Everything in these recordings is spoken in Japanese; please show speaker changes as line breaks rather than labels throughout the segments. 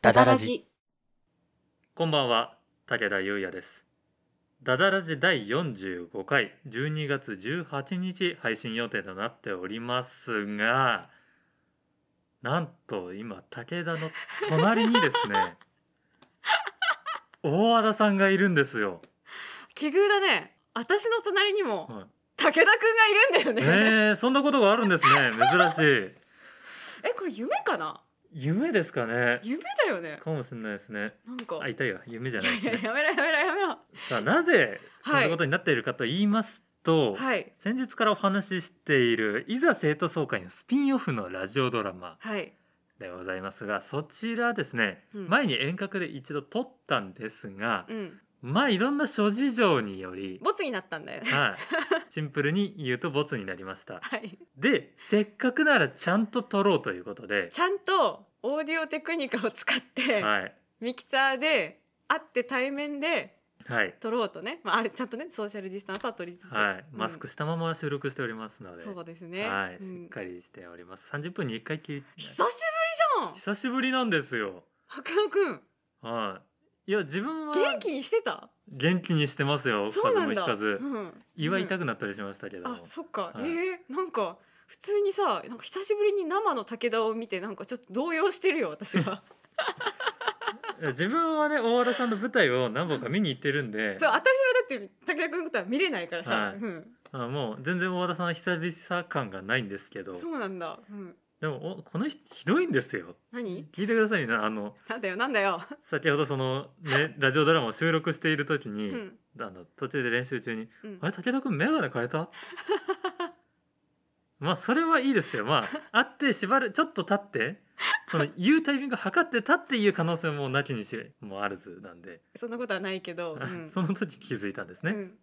ダダラジ
こんばんは武田優也ですダダラジ第45回12月18日配信予定となっておりますがなんと今武田の隣にです ね大和田さんがいるんですよ、
奇遇だね私の隣にも
はい
武田くんがいるんだよね、
えー、そんなことがあるんですね珍し
えこれ夢かない
夢ですかね
夢だよね
かもしれないですね
なんか、
あ
い、
痛いわ夢じゃないです
や
ね
いややめろやめろやめろ
さあなぜこんなことになっているかと言いますと、
はい
先日からお話ししている「いざ生徒総会」のスピンオフのラジオドラマ
はい
でございますがそちらですね、
うん
前に遠隔で一度撮ったんですが
う、ん
まあいろんな諸事情により、
ボツになったんだよ ね
はい、シンプルに言うとボツになりました。
はい
でせっかくならちゃんと撮ろうということで、
ちゃんとオーディオテクニカを使って、
はい
ミキサーで会って対面で
はい
撮ろうとね、まあ、あれちゃんとねソーシャルディスタンスは取りつつ、
はい、マス
う
クしたまま収録しておりますの
ん
で。
そうですね、
はい、
うん
しっかりしております。30分に一回聞い
久しぶりじゃん
久しぶりなんですよ。
白野くん
はい。いや自分は
元気にしてた
元気にしてますよ。
そうなんだ
風邪も引かず、
うん
胃は
うん
痛くなったりしましたけども。
あそっか、
はい
えーなんか普通にさなんか久しぶりに生の武田を見てなんかちょっと動揺してるよ 私は
自分はね大和田さんの舞台を何本か見に行ってるんで、
そう私はだって武田君のことは見れないからさ、
はい
うん、
あもう全然大和田さんは久々感がないんですけど、
そうなんだ、うん、
でもおこの人ひどいんですよ。
何
聞いてくださいね。あの
なんだよなんだよ、
先ほどそのねラジオドラマを収録している時
う
に、
ん
あの途中で練習中に
うん
あ、れ武田君眼鏡変えた まあそれはいいですよまあ会って縛るちょっと経ってそ の言うタイミング測ってたっていう可能性もなきにしもあるずなんで、
そんなことはないけど、うん、
その時気づいたんです
う
ね、
ん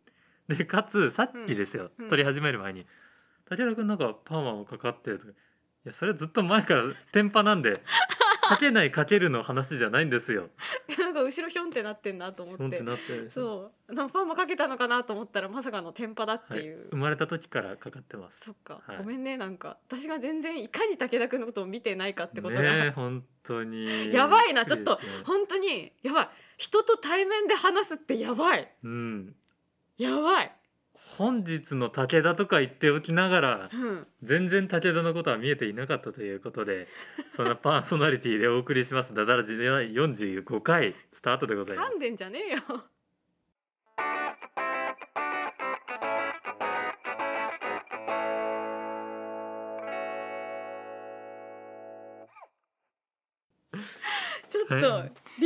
でかつさっきですよ、
うんうん
撮り始める前に「武田君なんかパーマもかかってる」とか「いやそれずっと前から天パなんでかけないかけるの話じゃないんです よ」
なんか後ろひょんってなってんなと思
ほ
っ
んと
て
なって
そうなんかファンもかけたのかなと思ったらまさかの天パだって
はい、
いう、
生まれた時からかかってます。
そっか、
はい
ごめんねなんか私が全然いかに武田君のことを見てないかってことが、
ねえ本当に
やばいなちょっ
び
と
くりですね
本当にやばい人と対面で話すってやばい
うん、
やばい、
本日の武田とか言っておきながら
うん、
全然武田のことは見えていなかったということ でそんなパーソナリティでお送りします「ダダラジ」では45回スタートでございま
噛んでんじゃねえよちょっと
はい
リモートだけ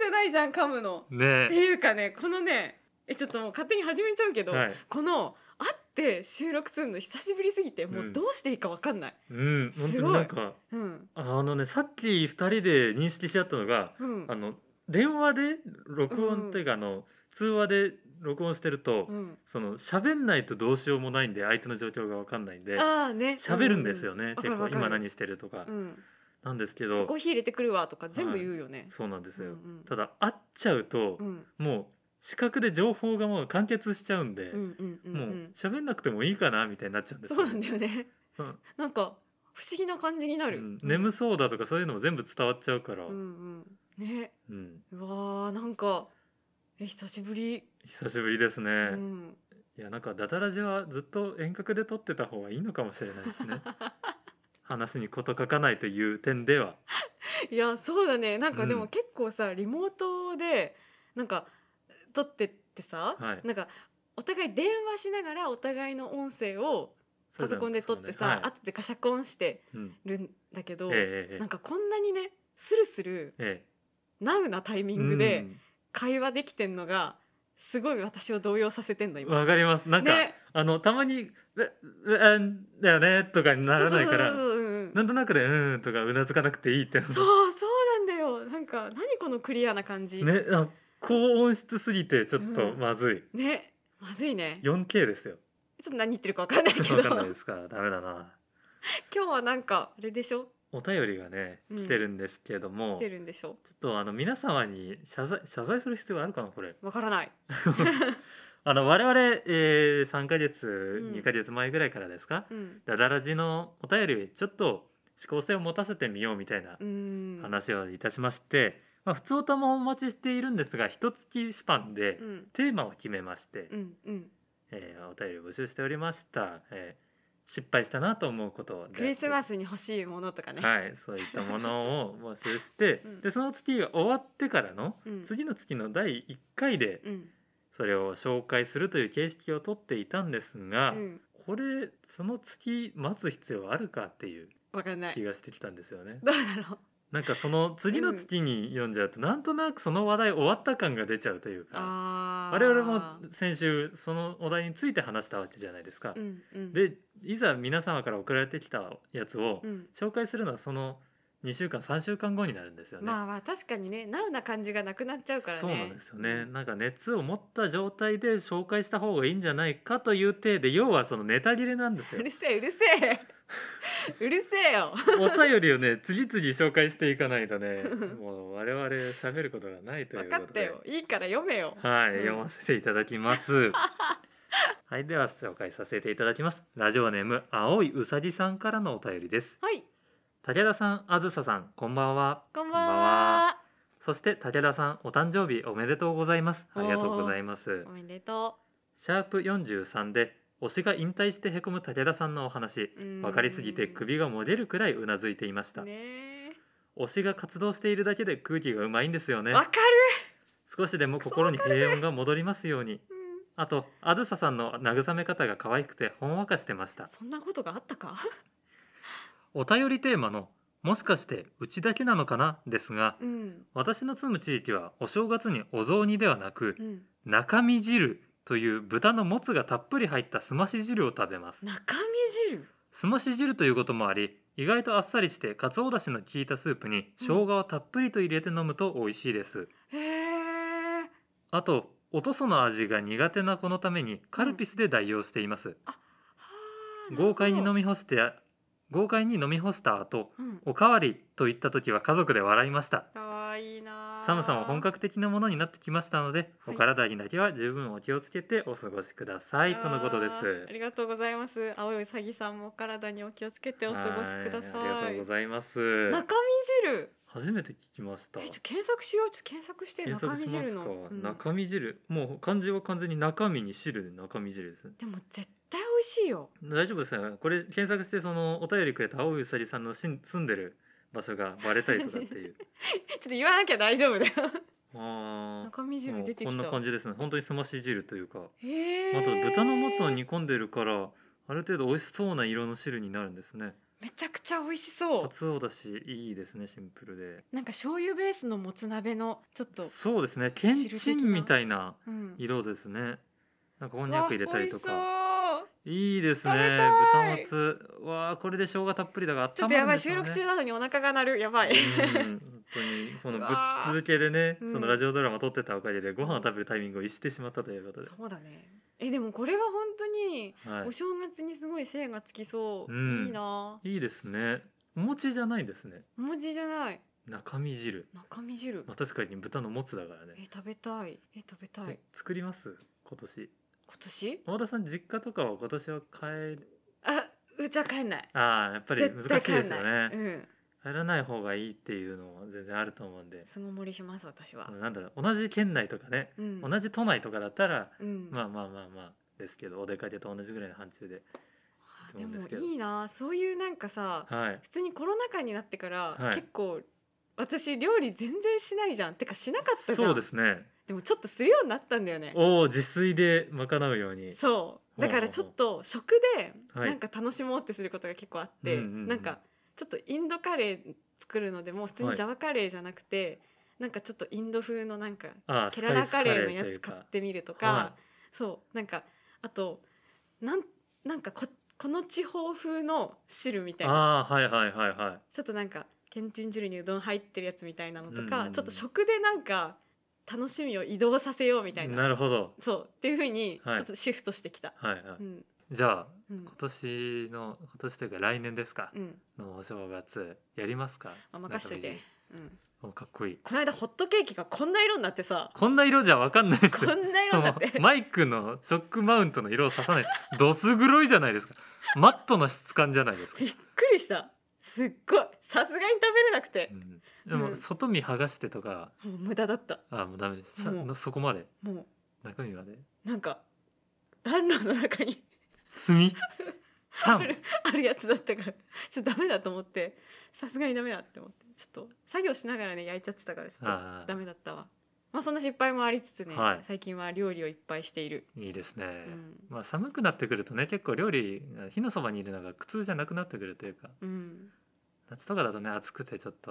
じゃないじゃん噛むの。
す
って
ね
いうかねこのねえちょっともう勝手に始めちゃうけ
え
ど、
はい
この会って収録するの久しぶりすぎてもうどうしていいかわかんない。
うん本当になんか
うん、
あのねさっき2人で認識し合ったのが
うん、
あの電話で録音というか、あの通話で録音してると、
うん、
その喋んないとどうしようもないんで相手の状況がわかんないんで
ああね
喋るんですよね、
うん
結
わ
構
かるわ
今
かる
何してるとか、
うん、
なんですけ
ちょっと
ど
コーヒー入れてくるわとか全部言うよね。
そうなんですよ、
うんうん
ただ会っちゃうと、
うん
もう視覚で情報がもう完結しちゃうんで、
うんうんうんう。
もうん喋んなくてもいいかなみたいになっちゃうんです
そうなんだよね。
うん
なんか不思議な感じにな
う
る。
ん眠そうだとかそういうのも全部伝わっちゃうから、う
うんんうん。ね、うわーなんかえ久しぶり。
久しぶりですね、
うん。
いやなんかダダラジはずっと遠隔で撮ってた方がいいのかもしれないですね話に事書かないという点ではい
やそうだね。なんかで
う
も
ん
結構さリモートでなんか撮ってってさ、
はい
なんかお互い電話しながらお互いの音声をパソコンで撮ってさ、
あ
後でガシャコンして
うん、
るんだけど、
ええええ
なんかこんなにねスルスル
え
ナウなタイミ
え
ングで
うん
会話できてんのがすごい私を動揺させてんの今。
わかりますなんか、
ね
あのたまに「うううんだよね」とかにならないから
そうそうそうそううんうん
なんとなくで「うん」とかうなずかなくていいって
そうそうなんだよなんか何このクリアな感じね
ねあ高音質すぎてちょっと
うん
まずい、
まずいねちょ
4K ですよ
っと何言ってるかわかん ないけど
分かん ないで
今
すからダメだな
日はなんかあれでしょ
お便りがね
うん
来てるんですけども、
来てるんでしょ
ちょっとあの皆様に謝罪謝罪する必要があるかなこれ
わからない
あの我々、えー、3ヶ月、
ん
2ヶ月前ぐらいからですか
うん
ダダラジのお便りちょっと思考性を持たせてみようみたいな
うん
話をいたしまして、まあ、普通歌もお待ちしているんですが一月スパンで
うん
テーマを決めまして、
うんうん
えーお便りを募集しておりました、えー失敗したなと思うこと
クリスマ
ス
スに欲しいものとかね、
はいそういったものを募集して、
うん
でその月が終わってからの
うん
次の月の第1回で
うん
それを紹介するという形式をとっていたんです
う
が、
ん
これその月待つ必要あるかっていう
わかんない
気がしてきたんですよね。
どうだろう
なんかその次の月に読んじゃうと、なんとなくその話題終わった感が出ちゃうというか
あー
我々も先週そのお題について話したわけじゃないですか。
うんうん
でいざ皆様から送られてきたやつを
うん
紹介するのはその2週間3週間後になるんですよね。
まあまあ確かにねナウな感じがなくなっちゃうからね
そうなんですよ
う
ね
ん
なんか熱を持った状態で紹介した方がいいんじゃないかという体で要はそのネタ切れなんです
う
よ
るせえうるせ えうるせえよ
お便りをね次々紹介していかないとねもう我々喋ることがないとい
分
う
か
こ
っ
と
た
で
よいいから読めよ
はい、
うん
読ませていただきます はいでは紹介させていただきますラジオネーム青いうさぎさんからのお便りです
はい
武田さんあずささんこんばんは
こん
こんば
ばん
ん
は
はそして武田さんお誕生日おめでとうございますありがとうございます
おめでと
シャープ43で推しが引退してへこむ武田さんのお話
ううん
分かりすぎて首がもげるくらいうなずいていました、
ねえ
推しが活動しているだけで空気がうまいんですよね
わかる
少しでも心に平穏が戻りますように
うん
あとあずささんの慰め方が可愛くてほんわかしてました
そんなことがあったか
お便りテーマのもしかしてうちだけなのかなですが
うん
私の住む地域はお正月にお雑煮ではなく
うん
中身汁という豚のもつがたっぷり入ったすまし汁を食べます
中身汁
すまし汁ということもあり意外とあっさりしてかつおだしの効いたスープに生姜をたっぷりと入れて飲むと美味しいです、
へえ
あとおとその味が苦手な子のためにカルピスで代用しています、豪快に飲み干して豪快に飲み干した後
うん
おかわりと言った時は家族で笑いました
かわいいなあ
寒さも本格的なものになってきましたので、
はい
お体にだけは十分お気をつけてお過ごしくださいとのことで
あ
す
ーありがとうございます青いうさぎさんもお体にお気をつけてお過ごしください
はありがとうございます
中身汁
初めて聞きました
えちょっと検索しようちょっと検索して
検
中
索
身
しま
汁
すか
の、うん
中身汁もう漢字は完全に中身に汁で中身汁ですね
でも絶対美味しいよ
大丈夫ですよこれ検索してそのお便りくれた青いうさぎさんのしん住んでる場所がバレたりとかって いう
ちょっと言わなきゃ大丈夫だよ
あ
中身
ー
汁
も
出
う
て
こ
き
ん
た
な感じですね本当にすまし汁というか
へ
あ
え
と豚のもつを煮込んでるからある程度美味しそうな色の汁になるんですね
めちゃくちゃ美味しそ
か
う
つおだしいいですねシンプルで
なんか醤油ベースのもつ鍋のちょっと
そうですねけんちんみたいな
うん
色ですねなんかこんにゃ
わ
く入れたりとか
美味しそう
いいですね
食べたい
豚もつわあこれで生姜たっぷりだが
ちょ
温
っと
ま
や
るん
ば
で
い
す
収
よね
録中なのにお腹が鳴るやばい
うん本当にこのぶ
う
っ
わー
続けでね、
うん
そのラジオドラマ撮ってたおかげでご飯を食べるタイミングを逸してしまったということで、
そうだねえでもこれは本当に
は
お正月にすごい精がつきそう、
うん
いいなあ
い、いいですねお餅じゃないんですね
お餅じゃない
中身汁、
中身汁
まあ、確かに豚のもつだからね
え、食べたいえ食べたい
作ります今年
今年
大田さん実家とかは今年は帰る
あうちは帰んない
ああやっぱり
絶
難
対
し
帰
いです
んない
よね、
うん
帰らない方がいいっていうのも全然あると思うんです
ごもりします私は
なんだろう同じ県内とかね、
うん
同じ都内とかだったら、
うん
まあまあまあまあですけどお出かけと同じぐらいの範疇で
あ
と
で
思うんで
も
すけど
いいなあそういうなんかさ
はい
普通にコロナ禍になってから、
はい
結構私料理全然しないじゃんてかしなかったじゃん
そうですね
でもちょっとするようになったんだよね
おお自炊で賄うように
そうだからちょっと食で
はい
なんか楽しもうってすることが結構あって、
うんうんうん
なんかちょっとインドカレー作るのでも普通にジャワカレーじゃなくて、なんかちょっとインド風のなんか
あー
ケララカレーの
ス
や
パイ
つ
スカ
買
レーという
っ
か
てみるとか、
は
そうなんかあとなんなんかここの地方風の汁みたいな
ああーはいはいはいはい
ちょっとなんかけんちん汁にうどん入ってるやつみたいなのと
うんうん
か、
うん
ちょっと食でなんか楽しみを移動させようみたいな
なるほど
そうっていうふうにちょ
はい
っとシフトしてきた、
はいはい、
うん
じゃあ
うん
今年の今年というか来年ですか
う、ん
のお正月やりますか
あ任しといて
中身
うん、
汁おかっこいい
この間ホットケーキがこんな色になってさ
こんな色じゃわかんないです
こ
よ
んな 色
そ
にな
の
って
マイクのショックマウント の色を刺さないどす黒いじゃないですかマットな質感じゃないですか
びっくりしたすっごいさすがに食べれなくて
う、んでも、
うん
外見剥がしてとか
もう無駄だった
あもうダメですさ
もう
なそこまで
も
中身まで
うなんか暖炉の中に
炭タ
あ
ン
るあるやつだったからちょっとダメだと思ってさすがにダメだって思ってちょっと作業しながらね焼いちゃってたからちょっ
あー
とダメだったわまあそんな失敗もありつつね、
はい
最近は料理をいっぱいしている、
いいですね、
うん
まあ寒くなってくるとね結構料理火のそばにいるのが苦痛じゃなくなってくるというか
うん、
夏とかだとね暑くてちょっと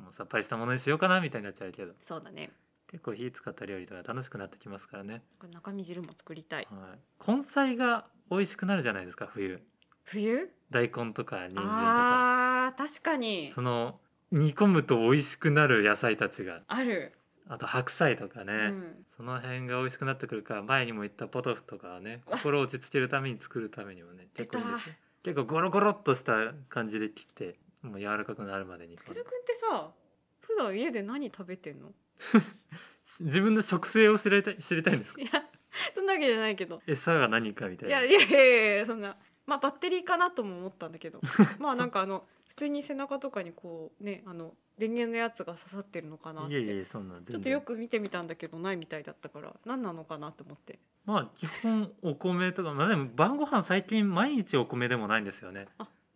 もうさっぱりしたものにしようかなみたいになっちゃうけど
そうだね
結構火使った料理とか楽しくなってきますからね、
これ中身汁も作りたい
はい、根菜が美味しくなるじゃないですか冬
冬
大根とか人参とか
あー確かに
その煮込むと美味しくなる野菜たちが
ある、
あと白菜とかね、
うん、
その辺が美味しくなってくるから前にも言ったポトフとかはね心を落ち着けるために作るためにもね結構いいんですよ結構ゴロゴロっとした感じで切ってもう柔らかくなるまでに
福田君ってさ普段家で何食べてんの
自分の食性を知りたい知りたいんですか
いやそんなわけじゃないけど
餌が何かみたい
い
な
やいやいやいやそんなまあバッテリーかなとも思ったんだ けどまあなんかあの普通に背中とかにこうねあの電源のやつが刺さってるのかなっ
い
て
やいやいやそんなん
ちょ
全
っとよ
然
く見てみたんだけどないみたいだったから何なのかなと思って
まあ基本お米とかまあでも晩ご飯最近毎日お米でもないんですよね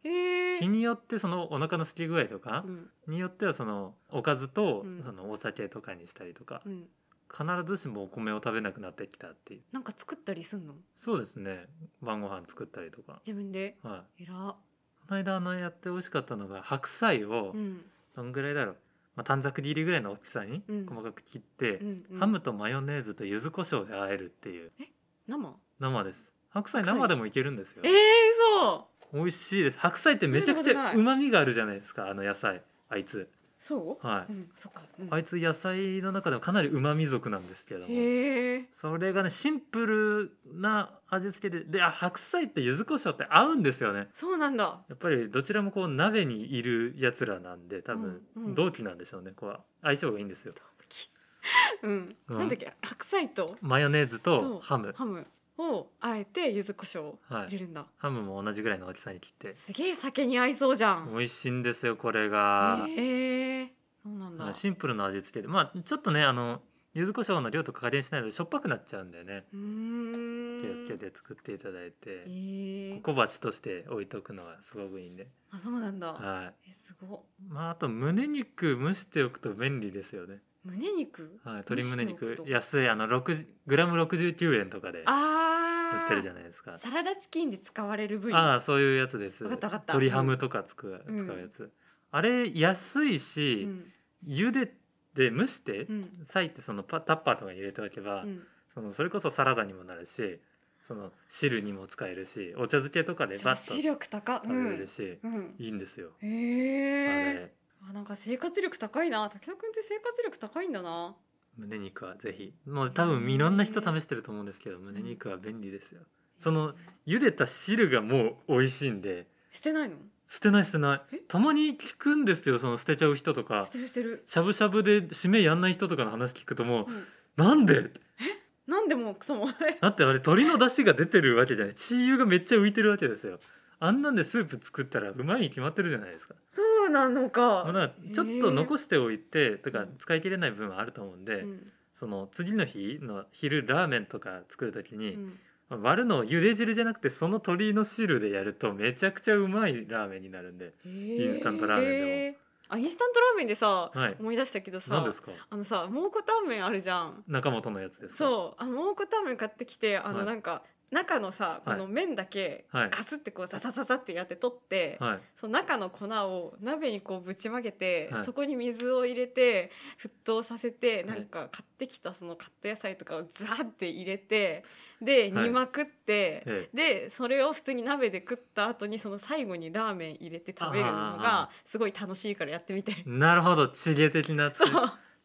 へえ
日、によってそのお腹の空き具合とか
うん
によってはそのおかずと
うん
そのお酒とかにしたりとか
うん、
必ずしもお米を食べなくなってきたっていう
なんか作ったりすんの
そうですね晩ご飯作ったりとか
自分で
はい
えら
この間あのやって美味しかったのが白菜を
うん
どんぐらいだろう、まあ、短冊切りぐらいの大きさに
うん
細かく切って
う、ん、うん、
ハムとマヨネーズと柚子胡椒で和えるっていう
生
生です白菜
白菜
生でもいけるんですよ
えー、そう
美味しいです白菜ってめちゃくち
食べたこ
ゃ
とないう
まみがあるじゃないですかあの野菜あいつ
そう、
は
う
い、
んそっか、うん
あいつ野菜の中でもかなりうまみ族なんですけども
へえ
それがねシンプルな味付けでであ白菜って柚子胡椒って合うんですよね
そうなんだ
やっぱりどちらもこう鍋にいるやつらなんで多分
うんうん
同期なんでしょうねこう相性がいいんですよ
うん、
うん
なんだっけ白菜と
マヨネーズ
そ
と
う
ハム
ハムをあえて柚子胡椒を
は
入れ
い
るんだ、
ハムも同じぐらいの大きさに切って
すげえ酒に合いそうじゃん
美味しいんですよこれが、
へえそうなんだ、
はいシンプルな味付けでまあちょっとねあの柚子胡椒の量とか加減しないとしょっぱくなっちゃうんだよね
うー
気をつけ
ん
て作っていただいて
えー、
小鉢として置いとくのはすごくいいんで、
あそうなんだ
は
えすごっ
い、まああと胸肉蒸しておくと便利ですよね、
胸肉
はい、鶏胸
蒸し
肉
ておくと
安いあの6グラム69円とかで売
ああ
ってるじゃないですか
サラダチキンで使われる部位
ああそういうやつです
わかったわかった
鶏ハムとか使う,、
うん
使うやつあれ安いうし、
ん
茹でて蒸して、
うん
裂いてそのパタッパーとかに入れておけば、
うん
そのそれこそサラダにもなるしその汁にも使えるしお茶漬けとかで
女
バッと
子
食
力高う
べれる
ん、
し、
うん、
いいんですよ、
へ
あ
え
れ
あなんか生活力高いな武田君って生活力高いんだな
胸肉はぜひもう多分いろんな人試してると思うんですけど胸肉は便利ですよその茹でた汁がもう美味しいんで
してないの
捨てない捨てな
え
いたまに聞くんですけどその捨てちゃう人とか
してるしてる
しゃぶしゃぶで締めやんない人とかの話聞くともう、
うん
なんで
なんでもクソも
だってあれ鶏の出汁が出てるわけじゃない血油がめっちゃ浮いてるわけですよあんなんでスープ作ったらうまいに決まってるじゃないですか
そうなの
だか
か、
らちょっと残しておいてとか使い切れない分はあると思うんで、
うん
その次の日の昼ラーメンとか作る時
う
に、
ん
割るのを茹で汁じゃなくてその鶏の汁でやるとめちゃくちゃうまいラーメンになるんで
イ
ンスタントラーメンでも
あインスタントラーメンでさ、
はい
思い出したけど
何
さ
ですか
あのさ蒙古タンメンあるじゃん
中本のやつですか
そうあの蒙古タンメン買ってきてあ
は
の
い
なんか、中のさこの麺だけ、
はい
かすってこうザザザザってやって取って、
はい
その中の粉を鍋にこうぶちまけて、
はい
そこに水を入れて沸騰させて
い
なんか買ってきたそのカット野菜とかをザーって入れてで
はい
煮まくって、
え
でそれを普通に鍋で食った後にその最後にラーメン入れて食べるの
あ
がすごい楽しいからやってみて。
えなるほど地理的なやつ
そ
ね
う、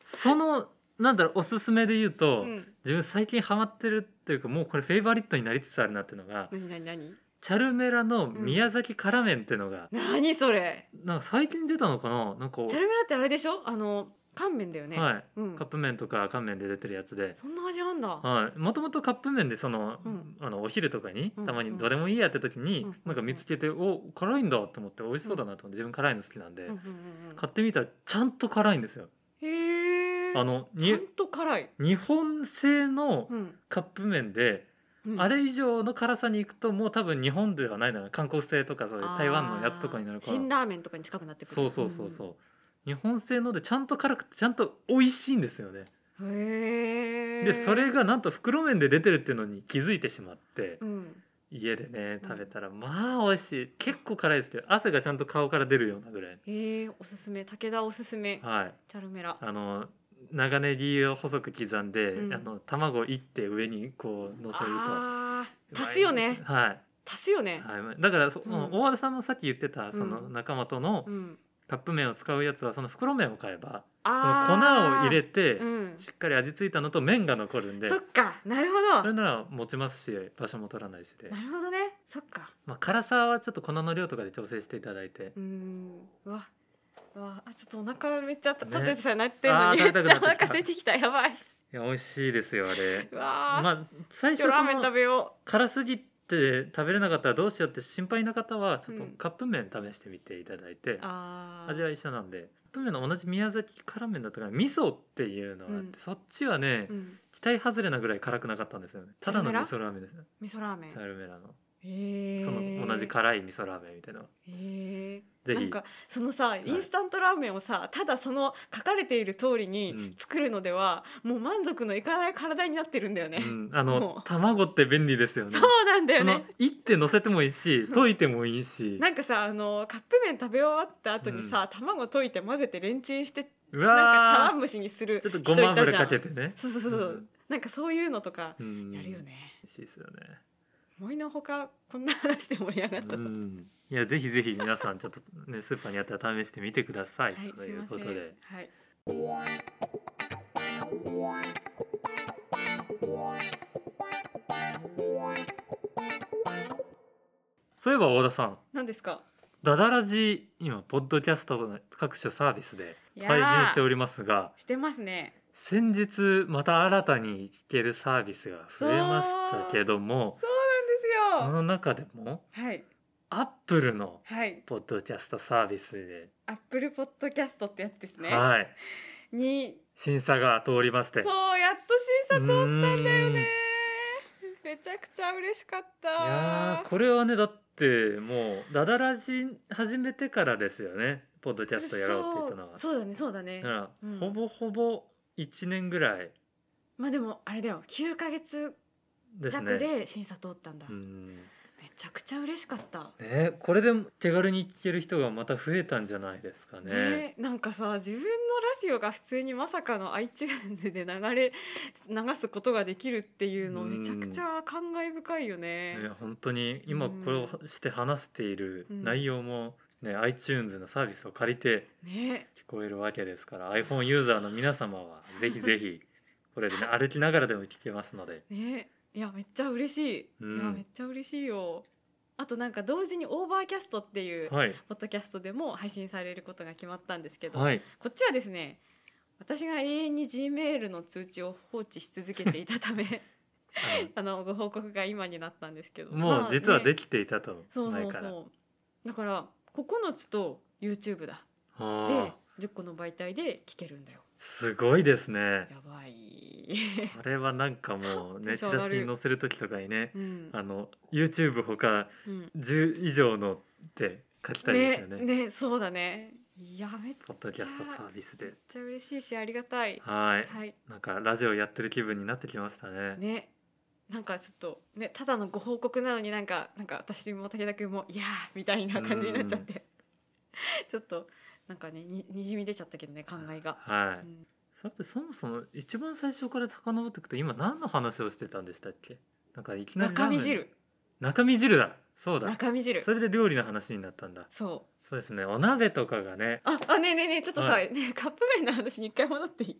そのなんだろうおすすめで言うと、
うん、
自分最近ハマってるっていうかもうこれフェイバリットになりつつあるなっていうのが、
何何何
チャルメラの宮崎辛麺っていうのが、
何それ
なんか最近出たのかななんか
チャルメラってあれでしょあの乾麺だよね、
はい、
うん
カップ麺とか乾麺で出てるやつで
そんな味なんだ
はい、もともとカップ麺でその、
うん
あのお昼とかに
うん
たまにどれもいいやって時に、
うん
なんか見つけて、お辛いんだと思って美味しそうだなと思って、自分辛いの好きなんで、
うんうんうんうん
買ってみたらちゃんと辛いんですよ。
へえ
あの
ちゃ
に
んと辛い、
日本製の
うん
カップ麺で、
うん
あれ以上の辛さに行くともう多分日本ではないだろう韓国製とかそういう台湾のやつとかになる
あー
か
辛
ら
ラーメンとかに近くなってくる
そうそうそうそう、日本製のでちゃんと辛くてちゃんと美味しいんですよね。
うんへえ
でそれがなんと袋麺で出てるっていうのに気づいてしまって。
うん
家でね
うん
食べたらまあ美味しい結構辛いですけど汗がちゃんと顔から出るようなぐらい
へえおすすめ武田おすすめ
はい
チャルメラ
あの長ネギを細く刻んで、
うん
あの卵いって上にこう乗せると
あー足すよね
はい、
足すよね、
はい、だからそ、
うん
大和田さんのさっき言ってたその
うん
仲間との
うん
カップ麺を使うやつはその袋麺を買えばその粉を
あー
入れて
うん
しっかり味付いたのと麺が残るんで
そっかなるほ
そ
ど
れなら持ちますし場所も取らないしで
な、るほどねそっか
まあ、辛さはちょっと粉の量とかで調整していただいて
うーんうわうわあちょっとお腹めっちゃた
ね
立ててさなってんのに、
あー
め
食
っち
べ
ゃお
たくなってきた
腹空いてきたやばい
いや美味しいですよあれ
うわー、
まあ最
今
初
日ラ
そ
ーメン食
の
べよ
辛すぎて食べれなかったらどうしようって心配な方はちょっと
うん
カップ麺試してみていただいて、
うあー
味は一緒なんでカップ麺の同じ宮崎辛麺だったから味噌っていうのがあって、
うん
そっちはね、
うん
期待外れなぐらい辛くなかったんですよねただの
チャル
味噌ラーメ
メラ
ンです
味噌ラーメン
チャルメラの、
へえ
その同じ辛い味噌ラーメンみたいなの
へえ
ぜ
なん
ひ
かそのさインスタントラーメンをさ、ただその書かれている通り
う
に
ん
作るのでは、もう満足のいかない体になってるんだよね、
うん、あ
も
の
う
卵って便利ですよね
そうなんだよ
その
ね
いって乗せてもいいし溶いてもいいし
なんかさあのカップ麺食べ終わった後にさ、卵溶いて混ぜてレンチンして
う
なんか茶
わ
碗蒸しにする
ーちょっと
人
ご
いたじ
ま
ゃん
油かけてね
そうそうそう、
う
うんなんかそういうのとか
うん
やるよね、
美味しいですよね。
思いのほかこんな話で盛り上がったさ、
うんいやぜひぜひ皆さんちょっとねスーパーにあったら試してみてください、
はい
と
すい
いう
ませ
こ
ん
とで
はい
そういえば大田さん
何ですか
ダダラジ今ポッドキャストの各種サービスで
いやー
配信しておりますが
してますね
先日また新たに聞けるサービスが増えましたけども
そう
そ
なんで
の中でも
すよはい
アップルの
はい
ポッドキャストサービスで、
アップルポッドキャストってやつですね、
はい
に
審査が通りまして
そうやっと審査通ったんだよねめちゃくちゃ嬉しかった
いやーこれはねだってもうダダラジ始めてからですよねポッドキャストやろうって言ったのは
そうそうだねそうだね
だから、
うん
ほぼほぼ1年ぐらい
まあでもあれだよ9ヶ月
です
弱
ね。
で審査通ったんだ、
うん
めちゃくちゃ嬉しかった
ね、これで手軽に聞ける人がまた増えたんじゃないですかね。
ねなんかさ自分のラジオが普通にまさかの iTunes で流れ 流すことができるっていうの
うん
めちゃくちゃ感慨深いよね。
ね本当に今
うん
これをして話している
うん
内容も、ね iTunes のサービスを借りて
ね
聞こえるわけですから iPhone ユーザーの皆様はぜひぜひこ れで、ね、歩きながらでも聞けますので。
ねいやめっちゃ嬉しい、
うん
いやめっちゃ嬉しいよ。あとなんか同時にオーバーキャストっていう
はい、
ポッドキャストでも配信されることが決まったんですけど、
はい
こっちはですね私が永遠に G メールの通知を放置し続けていたため
あの
あのご報告が今になったんですけど
もう実はできていたと
そうそ
前
う
から。
そうだから9つと YouTube だ
は
で
あ、
10個の媒体で聞けるんだよ
すごいですね。
やばい、
これはなんかもう
テ
ね
ンシ
チ
ョン
ラ
上が
シ
る
に載せる時とかにね、
うん
あの YouTube ほか
うん、
10以上のって書きたいです
ね
よね。
ねそうだねいやめっ
ポッドキャストサービスで。
ちゃ嬉しいしありがたい
はい、
はい
なんかラジオやってる気分になってきましたね。
ねなんかちょっとねただのご報告なのになんかなんか私も武田君も「いやー」みたいな感じになっちゃって、 ちょっとなんかねににじみ出ちゃったけどね考えが、
は
う
い。
ん
さてそもそも一番最初から遡っていくと今何の話をしてたんでしたっけ？なんかいきなりラ
中
ーメン
身。汁
中身汁だ。そうだ。
中身汁
それで料理の話になったんだ。
そう
そうですね。お鍋とかがね、
あ、あ、ねえねえねえ、ちょっとさ、
は
ねえカップ麺の話に一回戻ってい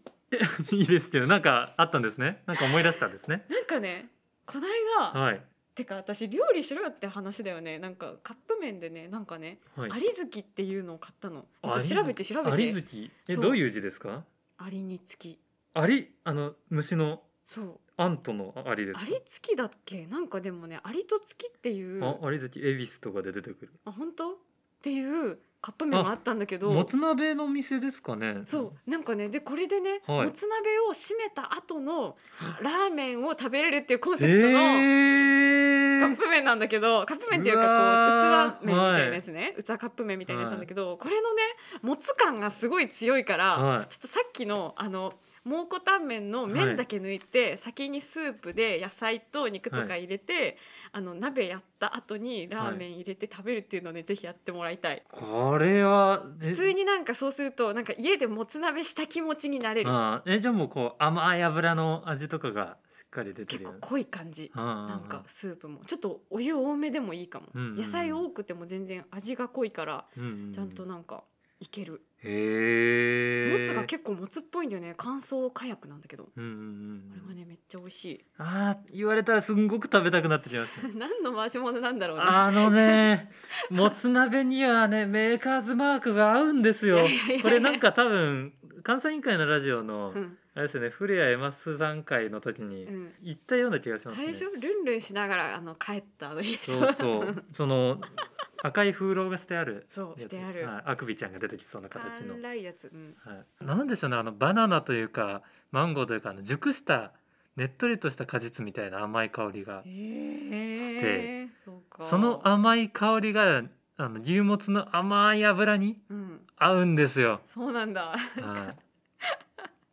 い。
いいですけど、なんかあったんですね。なんか思い出したんですね。
なんかね、こないだ、
はい。
てか、私料理しろよって話だよね。なんかカップ麺でね、なんかね、
はい。
有月っていうのを買ったの。ちょ
有
っと
月
調べて調べ
有
て。
月。え、
そう
どういう字ですか。
アリにつき
アリあの虫の
そう
アントのアリです
アリつきだっけなんかでもねアリと月っていう
あ
あ
アリ好き恵比寿とかで出てくる
本当っていうカップ麺があったんだけ
も
ど
つ鍋の店ですかね
そうなんかねでこれでね、
はい
もつ鍋を締めた後のラーメンを食べれるっていうコン
え
セプトの、カッ
ー、
プ麺なんだけどカップ麺っていうか
うわ
こ
ー
う器麺みたいなですね、器カップ麺みたいなやつなんだけど、これのねもつ感がすごい強いから、
はい
ちょっとさっきのあの蒙古タンメンの麺だけ抜いて、先にスープで野菜と肉とか入れて、あの鍋やった後にラーメン入れて食べるっていうのをね、ぜひやってもらいたい
これはえ
普通になんかそうするとなんか家でもつ鍋した気持ちになれる
あーえじゃあもうこう甘い油の味とかがしっかり出て
結
るよ
構
う
濃い感じ
な
なんかスープもちょっとお湯多めでもいいかも、
うんうんうん
野菜多くても全然味が濃いからちゃんと
な
なんかいける、
へえ
もつが結構もつっぽいんだよね乾燥火薬なんだけど
うんうんう
あれ
ん
がねめっちゃ美味しい
あー言われたらすんごく食べたくなってきますね
何の回し物なんだろうね
あのねもつ鍋にはねメーカーズマークが合うんですよ
いやいやいやいや
これなんか多分関西委員会のラジオの
うん、
あれですよね古谷エマスさん会の時に
うん、
言ったような気がします
最
ね
初ルンルンしながらあの帰ったあの家
そうそうその赤い風浪がしてある
そうしてある
はいあくびちゃんが出てきそうな形の
辛いやつ、うん、
はい、なんでしょうねあのバナナというかマンゴーというかあの熟したねっとりとした果実みたいな甘い香りが
えー、そうか
その甘い香りがあの牛もつの甘い油に
うん
合うんですよ、
そうなんだ
はい、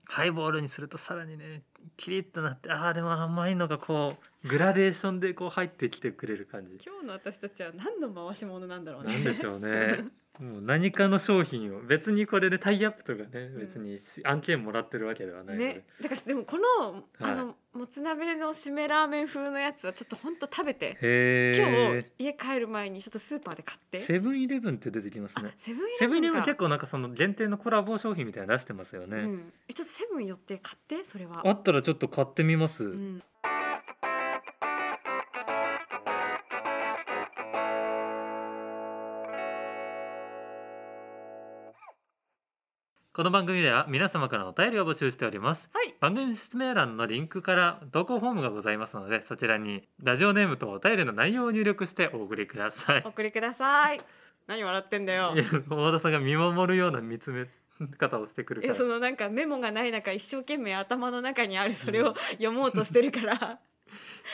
ハイボールにするとさらにねキリッとなってあーでも甘いのがこうグラデーションでこう入ってきてくれる感じ
今日の私たちは何の回し物なんだろうね
なんでしょう ねもう何かの商品を別にこれでタイアップとかね
ん
別にし案件もらってるわけではないので、
ね、だからでもこの、あのもつ鍋の締めラーメン風のやつはちょっと本当食べて今
へ
日家帰る前にちょっとスーパーで買って
えセブンイレブンって出てきます
あ
ね
セブンイ
セブンイレ
レ
ブ
ブ
ン
ン
結
か
構なんかその限定のコラボ商品みたいなの出してますよね、
うん、えちょっとセブン寄って買ってそれは
あったらちょっと買ってみます、
うん、
この番組では皆様からのお便りを募集しております
はい
番組説明欄のリンクから投稿フォームがございますのでそちらにラジオネームとお便りの内容を入力してお送りください
お送りください何笑ってんだよ
いや大田さんが見守るような見つめ方をしてくる
い
か
や
ら
そのなんかメモがない中一生懸命頭の中にあるそれ
う
を読もうとして るから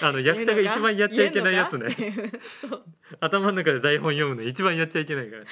あの役者が一番やっちゃいけないやつね
言えんのかっていうそう
頭の中で台本読むの一番やっちゃいけないから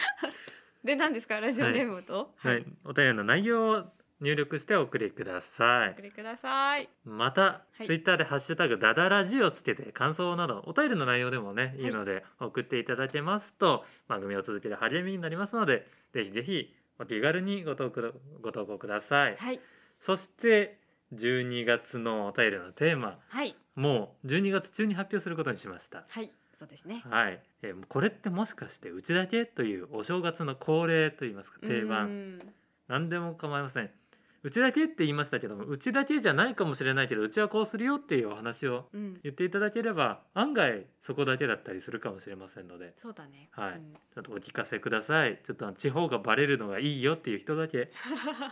で何ですかラジオネームと
はい、お便りの内容を入力してお送りくださ
お
い
送りください
また、
はい
ツイッターでハッシュタグダダラジをつけて感想などお便りの内容でもね
い
いいので送っていただけますと、番組を続ける励みになりますのでぜひぜひお気軽にご投稿ご投稿ください、
はい
そして12月のお便りのテーマ
はい
もう12月中に発表することにしました
はいそうですね
はい、えーこれってもしかしてうちだけというお正月の恒例といいますか定番
うん
何でも構いませんうちだけって言いましたけどもうちだけじゃないかもしれないけどうちはこうするよっていうお話を
うん
言っていただければ案外そこだけだったりするかもしれませんので
そうだね
はい
うん
ちょっとお聞かせくださいちょっとあの地方がバレるのがいいよっていう人だ け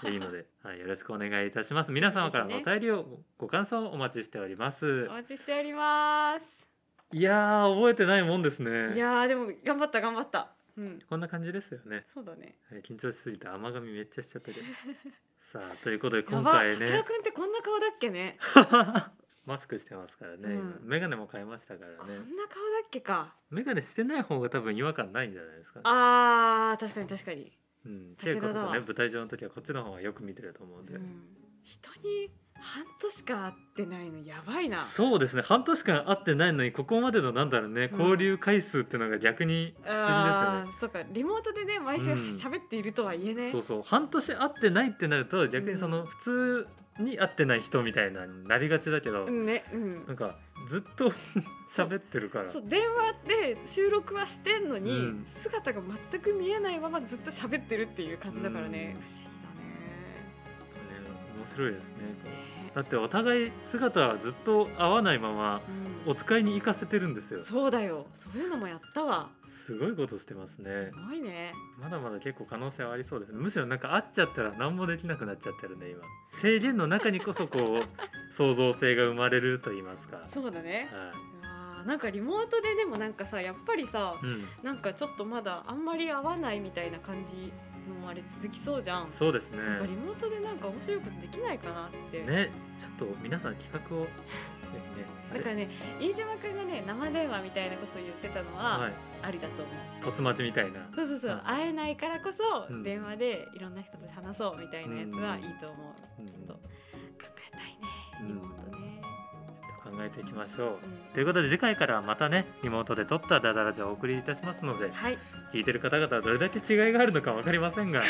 でいいので、はい、よろしくお願いいたします皆様からのお便りをごご感想をお待ちしております
お待ちしております
いやー覚えてないもんですね
いやーでも頑張った頑張ったうん
こんな感じですよね
そうだね
はい緊張しすぎて甘噛みめっちゃしちゃったけど さあということで
や
今
ば武
回
田
ね
くんってこんな顔だっけね
マスクしてますからね、
うん
今メガネも買いましたから
こんな
ね
顔だっけか
メガネしてない方が多分違和感ないんじゃないですか、
あー確かに確かに
うん、稽古
武田だ
と
わ
かね舞台上の時はこっちの方がよく見てると思うんで、
うん人に半年間会ってないのやばいな
そうですね半年間会ってないのにここまでのなんだろうね
うん
交流回数っていうのが逆に不思議
あーそうかリモートでね毎週
うん
喋っているとはい
ですよ
え
ね
ね、
そうそう半年会ってないってなると逆にその普通に会ってない人みたいなのになりがちだけど、
うんねう
なんんかずっと 喋ってるから
そう電話で収録はしてんのに、
うん
姿が全く見えないままずっと喋ってるっていう感じだからね、
うん
不思議だ
ね面白いですね
ねね
だってお互い姿はずっと合わないまま
うん
お使いに行かせてるんですよす
そうだよそういうのもやったわ
すごいことしてますね
すごいね
まだまだ結構可能性はありそうですむしろなんか会っちゃったら何もできなくなっちゃってるね今制限の中にこそこう創造性が生まれると言いますか
そうだね
は
あーなんかリモートででもなんかさやっぱりさ
い、うん、
なんかちょっとまだあんまり合わないみたいな感じのあれ続きそうじゃん
そうです
なんかリ
ね
モートでなんか面白いことできないかなって、
ねちょっと皆さん企画をね
だからね飯島君がね生電話みたいなことを言ってたの
あれ
は
はい
ありだと思う、
突待ちみたいな
そうそうそう
うん
会えないからこそ
うん
電話でいろんな人と話そうみたいなやつは
う
い
ん
いと思う、
うん
ちょっと考えた
う
いね
ん
リモートね、
考えていきましょう
うん
ということで次回からはまたねリモートで撮ったダダラジをお送りいたしますので
はい
聞いてる方々はどれだけ違いがあるのか分かりませんが、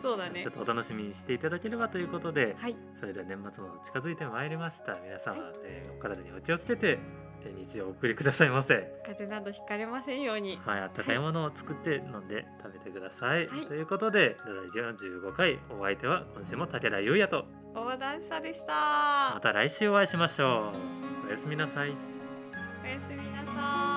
そうだね
ちょっとお楽しみにしていただければということで
はい
それでは年末も近づいてまいりました皆さんは、えーお体にお気をつけてえー日常をお送りくださいませはい
風邪などひかれませんように
あったかいものを作って飲んで食べてください、
はい
ということでダダラジ45回お相手は今週も武田優也と
大段差でした
また来週お会いしましょうおやすみなさい
おやすみなさーい